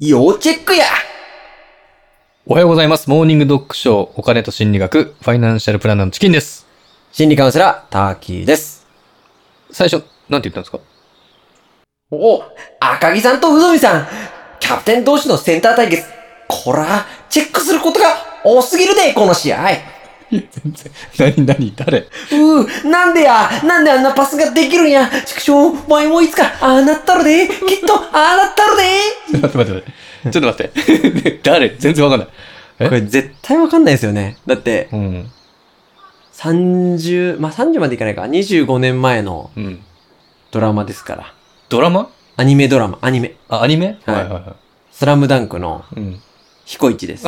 要チェックやおはようございます。モーニングドッグショー、お金と心理学、ファイナンシャルプランナーのチキンです。心理カウンセラー、ターキーです。最初、なんて言ったんですかおお赤木さんと宇都宮さんキャプテン同士のセンター対決こら、チェックすることが多すぎるで、この試合全然。何、何、誰うー、なんでやなんであんなパスができるんや畜生、お前もいつかああなったろできっとああなったろでちょっと待って待 って。ちょっと待って。 誰全然わかんない。えこれ絶対わかんないですよね。だって、うん。 30、まあ、30までいかないか。25年前のうん。ドラマですから。ドラマアニメドラマ、アニメ。あ、アニメはいはスラムダンクのい。うん。彦一です。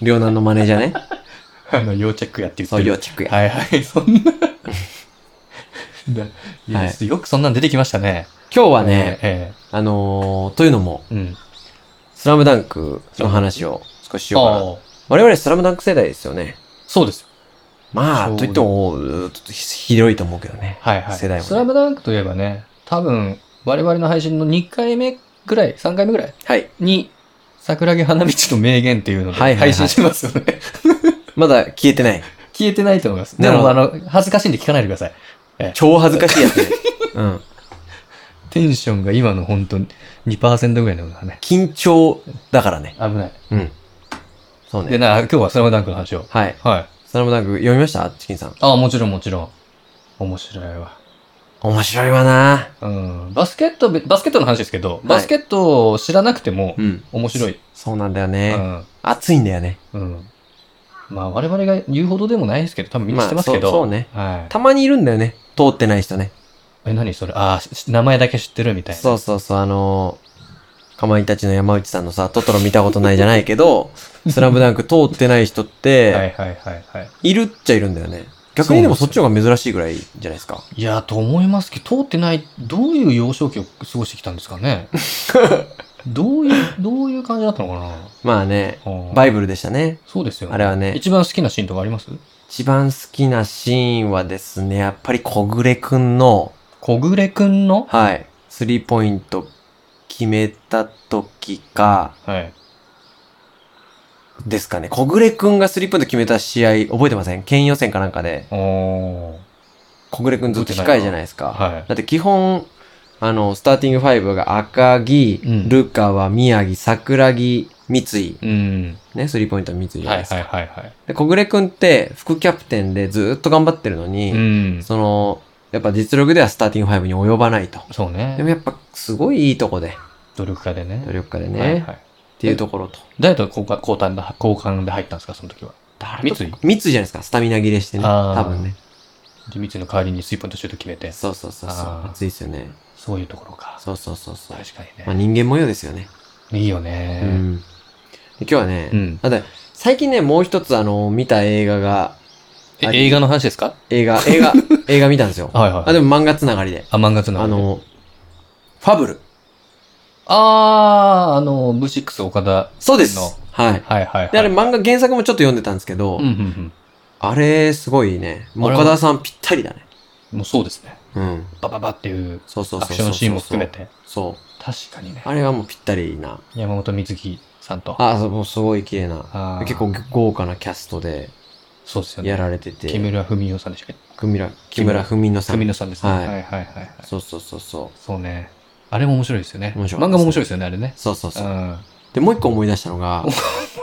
両南のマネージャーね。あの、要チェックやって言ってそう、る。要チェックや。はい はい、そんな。だいやはいよくそんなん出てきましたね。今日はね、えあのー、というのも、え、うん。スラムダンクの話を少ししようかな。ああ、我々スラムダンク世代ですよね。そうですよ。まあ、そうといっても、うーちょっと広いと思うけどね。はいはい。世代もねスラムダンクといえばね、多分、我々の配信の2回目ぐらい、3回目ぐらいはい。に、桜木花道の名言っていうのではいはいはい配信してますよね。 まだ消えてない。消えてないと思います。でなるほも、どあの、 恥ずかしいんで聞かないでください。超恥ずかしい やつね。うん。テンションが今の本当に2%ぐらいのね。緊張だからね。危ない。うん。そうで、ね。な、今日はスラムダンクの話を。はい。はい。スラムダンク読みましたチキンさん。ああ、もちろんもちろん。面白いわ。面白いわなうんバスケット、バスケットの話ですけど、バスケットを知らなくてもうん。面白い。そうなんだようね。ん。熱いんだよね。うん。まあ、我々が言うほどでもないですけど、多分みんな知ってますけまあそうそど。うね。はい。たまにいるんだよね。通ってない人ね。え、何それああ、し名前だけ知ってるみたいな。そうそうそう、あのー、かまいたちの山内さんのさ、トトロ見たことないじゃないけ ど、スラムダンク通ってない人っはて、いはいはいはい。いるっちゃいるんだよね。逆にでもそっちの方が珍しいぐらいじゃないですか。いや、と思いますけど、通ってない、どういう幼少期を過ごしてきたんですか ね。どういう、どういう感じだったのかまあね、な。うんバイブルでしたね。そうですよ、あれはね、一番好きなシーンとかあります一番好きなシーンはですね、やっぱり小暮くんの、小暮くんのはい、スリーポイント決めた時か、はい。ですかね。小暮くんがスリーポイント決めた試合、覚えてません県予選かなんかで、おー。小暮くんずっと控えじゃないですか。はだって基本、あの、スターティングファイブが赤木、うんルカは宮城、桜木、三井、い。うん。ね、スリーポイントは三井じゃなはいいですか。はいはいはい。で、小暮くんって副キャプテンでずっと頑張ってるのに、うん。その、やっぱ実力ではスターティングファイブに及ばないと。そでうもね。やっぱすごいいいとこで、努力家でね。努力家でね、はいはい。っていうところと。誰と交換交換で交換で入ったんですか、その時は。誰と三井三井じゃないですか、スタミナ切れしてね。あー多分ね。で、三井の代わりにスリーポイントシュート決めて。そうそうそうそうあ。ー熱いですよね。そういうところか。そうそうそうそう。確かまあにね。人間模様ですよね。いいようね。ん。で今日はね、うん。あ、で、最近ね、もう一つあの、見た映画が、えあ映画の話ですか映 画、映画、映画見たんですよ。はいはい。あ、でも漫画つながりで。あ、漫画つながありで。の、ファブル。あー、あの、V6 岡田。そうですの。はい。はいはいはい。で、あれ漫画原作もちょっと読んでたんですけど、うんうんあれ、すごいね。あれ岡田さんぴったりだね。うん。もうそうですね。うん。バババっていうそうそうそうそう。アクションシーンも含め。て。そう。確かにね。あれはもうぴったりな。山本美月さんと。あ、そう、もうすごい綺麗な。あー結構豪華なキャストでそうですよね。やられてて。木村文夫さんでしたっけ木村、木村文乃さん。文夫さんですね。はいはいはいはいはい。そうそうそうそう。そうね。あれも面白いですよね。面白い漫画も面白いですよね、あれね。そうそうそうう。ん。 で、もう一個思い出したのが、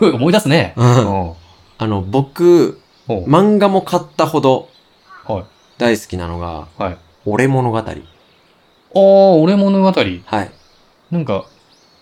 思い出すね。うんおあの、僕、お漫画も買ったほどはい。大好きなのが、はい。俺物語。ああ、俺物語。はい。なんか、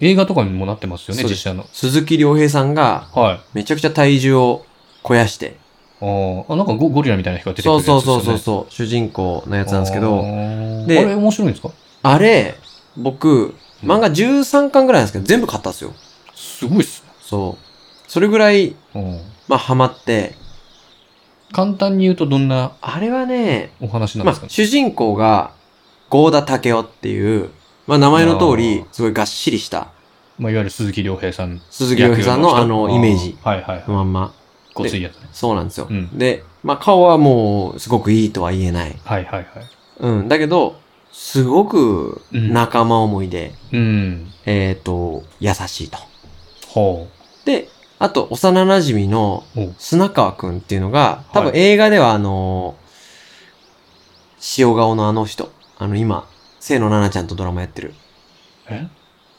映画とかにもなってますよね、そう実です写の。鈴木亮平さんが、はい。めちゃくちゃ体重を肥やして、あーあ、なんかゴゴリラみたいな人が出てくるそやうつですそようね。そうそうそう、主人公のやつなんですけあど、ーであれ面白いんですかあれ、僕、漫画13巻ぐらいなんですけど、全部買ったんですよ。すごいっすね。そう。それぐらい、うんまあ、ハマって、簡単に言うとどんなあれはね、お話なんまですかあ、主人公が、合田武雄っていう、まあ、名前の通りあ、すごいがっしりした、まあ、いわゆる鈴木亮平さん。鈴木亮平さんのあ役の、人イメージ。はいはいのはい。まんま。ごついやつね。そうなんですよ。うんで、まあ顔はもうすごくいいとは言えない。はいはいはい。うん。だけど、すごくうん仲間思いで、うん。えっ、と、優しいと。ほで、あと、幼馴染みのう。お砂川くんっていうのが、多分はい映画ではあのー塩顔のあの人。あの、今、清野奈々ちゃんとドラマやってる。え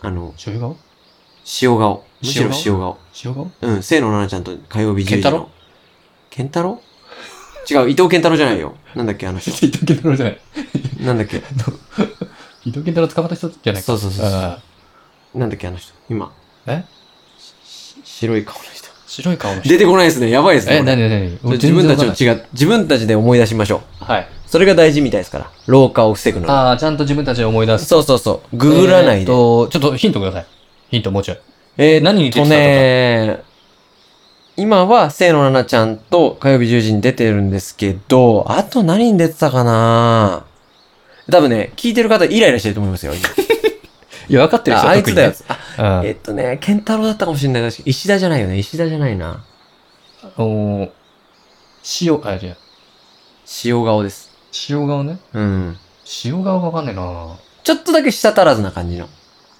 あの、塩顔塩顔。むしろ塩塩顔。塩顔 うん、清野奈々ちゃんと火曜日10時の。健太郎違う、伊藤健太郎じゃないよ。なんだっけ、あの人。伊藤健太郎じゃない。なんだっけ、伊藤健太郎捕まった人じゃないか。そうそうそうそうあなんだっけ、あの人。今。えしし白い顔の人。ー白い顔の人。出てこないですね。やばいですね。え、こなれになにそれ自分たちの違う、自分たちで思い出しましょう。はい。それが大事みたいですから。老化を防ぐのに。ああ、ちゃんと自分たちで思い出す。そうそうそう。ググらないえーっで。と、ちょっとヒントください。ヒントもうちょい。えー何に出てたととかね今は、清野奈々ちゃんと火曜日10時に出てるんですけど、あと何に出てたかな多分ね、聞いてる方イライラしてると思いますよ、今。いや、分かってる人あはあい特つにだよね。。あえっとね、健太郎だったかもしれない。確か石田じゃないよね。石田じゃないな。うん。おー塩、あ、じゃ塩顔です。塩顔ね。うん。塩顔がわかんねえなちょっとだけ舌足らずな感じの。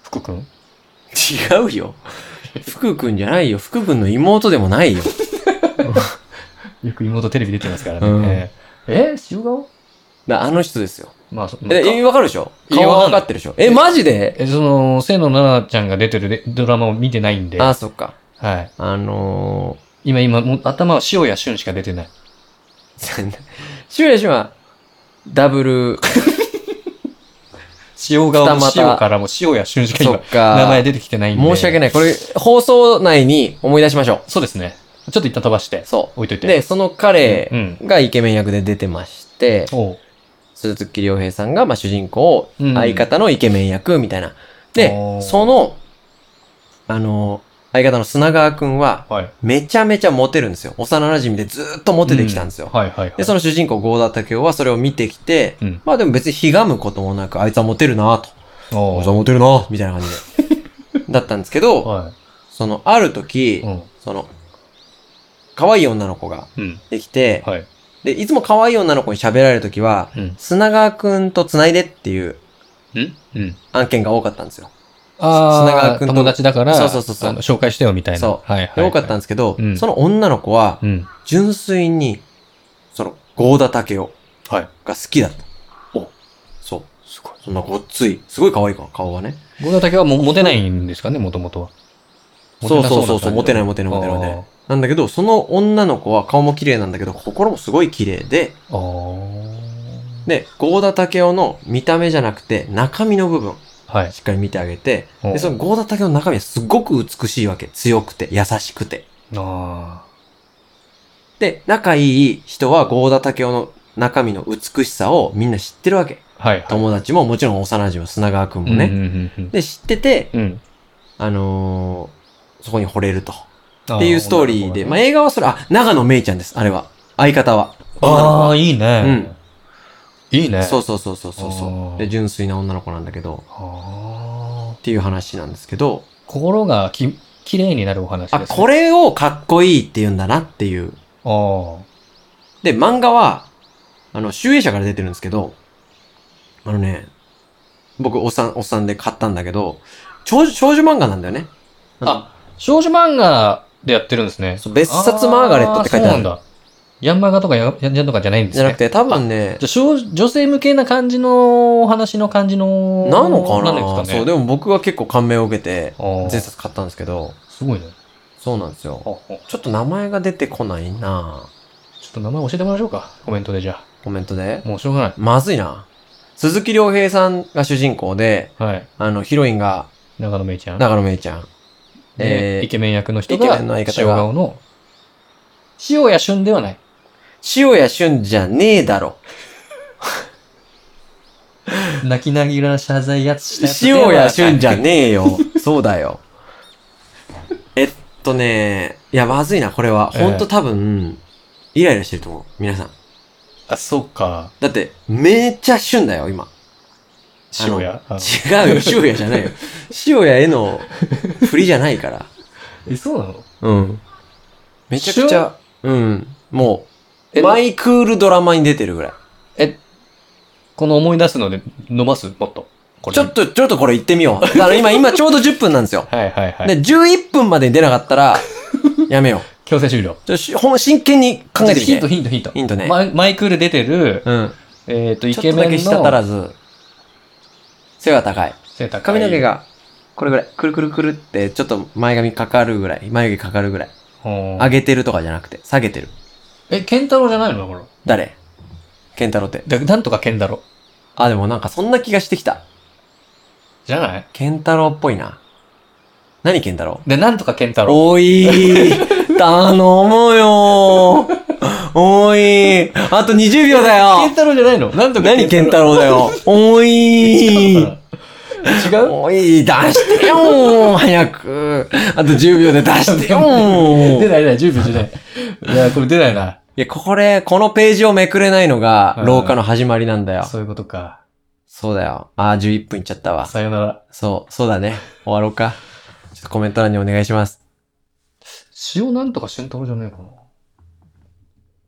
福くん違うよ。 福君じゃないよ。福君の妹でもないよ。よく妹テレビ出てますからね。うんえーえー塩顔だあの人ですよ。まあ、そまあえ、えわかるでしょいや顔わはかわんなかいってるでしょえ、マジでえ、その、清野奈々ちゃんが出てるレドラマを見てないんで、あはあ、そっか。い。あの今、今、もう頭は塩や俊しか出てない。ー、 シュウヤシは、ダブル、塩顔も二股塩からも塩や俊しかそ今っ、か。名前出てきてないんで。申し訳ない。ない。これ、放送内に思い出しましょそうですね。ちょっと一旦飛ばしてう。、そ。置いというて。で、その彼うん。がイケメン役で出てまして、おう鈴木亮平さんが、まあ、主人公をうん相方のイケメン役みたいな。でお、ーその、あの、相方の砂川くんは、はい。めちゃめちゃモテるんですよ。幼馴染でずーっとモテてきたんですよ。うはいはいはい。で、その主人公、郷田武雄はそれを見てきて、うんまあでも別にひがむこともなく、あいつはモテるなと。おあういつはモテるなみたいな感じで。だったんですけ ど、はその、あるい。時う、ん。その、可愛い女の子がうん。できて、はい。で、いつも可愛い女の子に喋られる時は、うん。砂川くんと繋いでっていううんうん。案件が多かったんですよ。あ砂川あ、君と友達だから、そうそうそうそうあの紹介してよみたいな。そはいはい。で多かったんんですけど、うんその女の子はう、ん。純粋に、その、郷田武雄はい。が好きだった。おそう。すごい。そんなごっつい。すごい可愛いから、顔がね。ゴ田だけはもモテないんですかね、もともとは。そうそうそうそう、モモテテなないさモテないモテないモテなあい。なんだけど、その女の子は顔も綺麗なんだけど、心もすごい綺麗で、ーあで、郷田武雄の見た目じゃなくて、中身の部分、ー。はい。しっかり見てあげて、おで、その郷田武雄の中身はすごく美しいわけ。強くて、優しくて。あで、仲いい人は郷田武雄の中身の美しさをみんな知ってるわけ。あ。はい。はい友達も、もちろん幼馴染も砂川くんもうんね。うんうんで、知ってて、うん。うん。あのーそこに惚れると。あっていうストーリーで、まあ映画はそれ、あ、長野めいちゃんです、あれは。相方は。あああー、いいね。いいね。。そううそうそうそうそうそあーう。で、純粋な女の子なんだけど、ああ。っていう話なんですけど、心がき、綺麗になるお話あ、ですね。これをかっこいいって言うんだなっていう。あで、漫画は、あの、集英社から出てるんですけど、あのね、僕、おっさん、おっさんで買ったんだけど、少女少女漫画なんだよね。あ。あ、少女漫画でやってるんですね。そう別冊マーガレットって書いてあるーそうなんだ。ヤンマガとかヤンヤンジャンとかじゃないんですじゃね。なくて、多分ねじゃ、あ少女女性向けな感じのお話の感じの。なのかななんですかそう、ね。でも僕は結構感銘を受けて、そう前冊買ったんですけど、すごいね。そうなんですよ。ああちょっと名前が出てこないなちょっと名前教えてもらいましょうか。コメントでじゃコメントであ。。もうしょうがない。まずいな。鈴木亮平さんが主人公で、はい。あの、ヒロインが長野めいちゃん。長野めいちゃん。でえーイケメン役の人イケが、メンの相方塩が顔の、塩や旬ではない。塩谷俊じゃねえだろ。泣きなぎら謝罪やつしたやつでは塩ない。谷俊じゃねえよ。 そうだよ。えっとね、いや、まずいな、これは。ええほんと多分、イライラしてると思う。皆さん。あ、そうか。だって、めっちゃ俊だよ、今。塩や。あ 違うよ、塩谷じゃないよ。塩谷への振りじゃないから。え、そうなのうん。めちゃくちゃ、うん。もう、マイクールドラマに出てるぐらい。え、この思い出すので伸ばすもっと。これちょっと、ちょっとこれ行ってみよう。だから今、今ちょうど10分なんですよ。 はいはいはい。で、11分までに出なかったら、やめよう。強制終了。ちょし、ほん、真剣に考えてみヒンてト。ヒントヒント。ヒントねマイマイクール出てる、うん。えっ、と、イちょっケとだメけンしたのたらず、背が高い。背高い髪の毛。が、これぐらい、くるくるくるって、ちょっと前髪かかるぐらい、眉毛かかるぐらい。うん上げてるとかじゃなくて、下げてる。え、ケンタロウじゃないのだか誰ケンタロウって。ら。だなんとかケンタロウ。あ、でもなんかそんな気がしてきた。じゃないケンタロウっぽいな。何ケンタロウで、なんとかケンタロウ。おい 頼むよおいあと20秒だケンよタロウじゃないのなんとか何ケンタロロウだよお いウ。違うおい出してよ早くあと10秒で出して 出よない出ない、10秒じゃ ない。いや、これ出ないな。いや、これ、このページをめくれないのがう、ん廊下の始まりなんだよ。そういうことか。そうだよ。あー、11分いっちゃったわ。さよなら。そう、そうだね。終わろうか。ちょっとコメント欄にお願いします。塩なんとか俊太郎じゃないかな。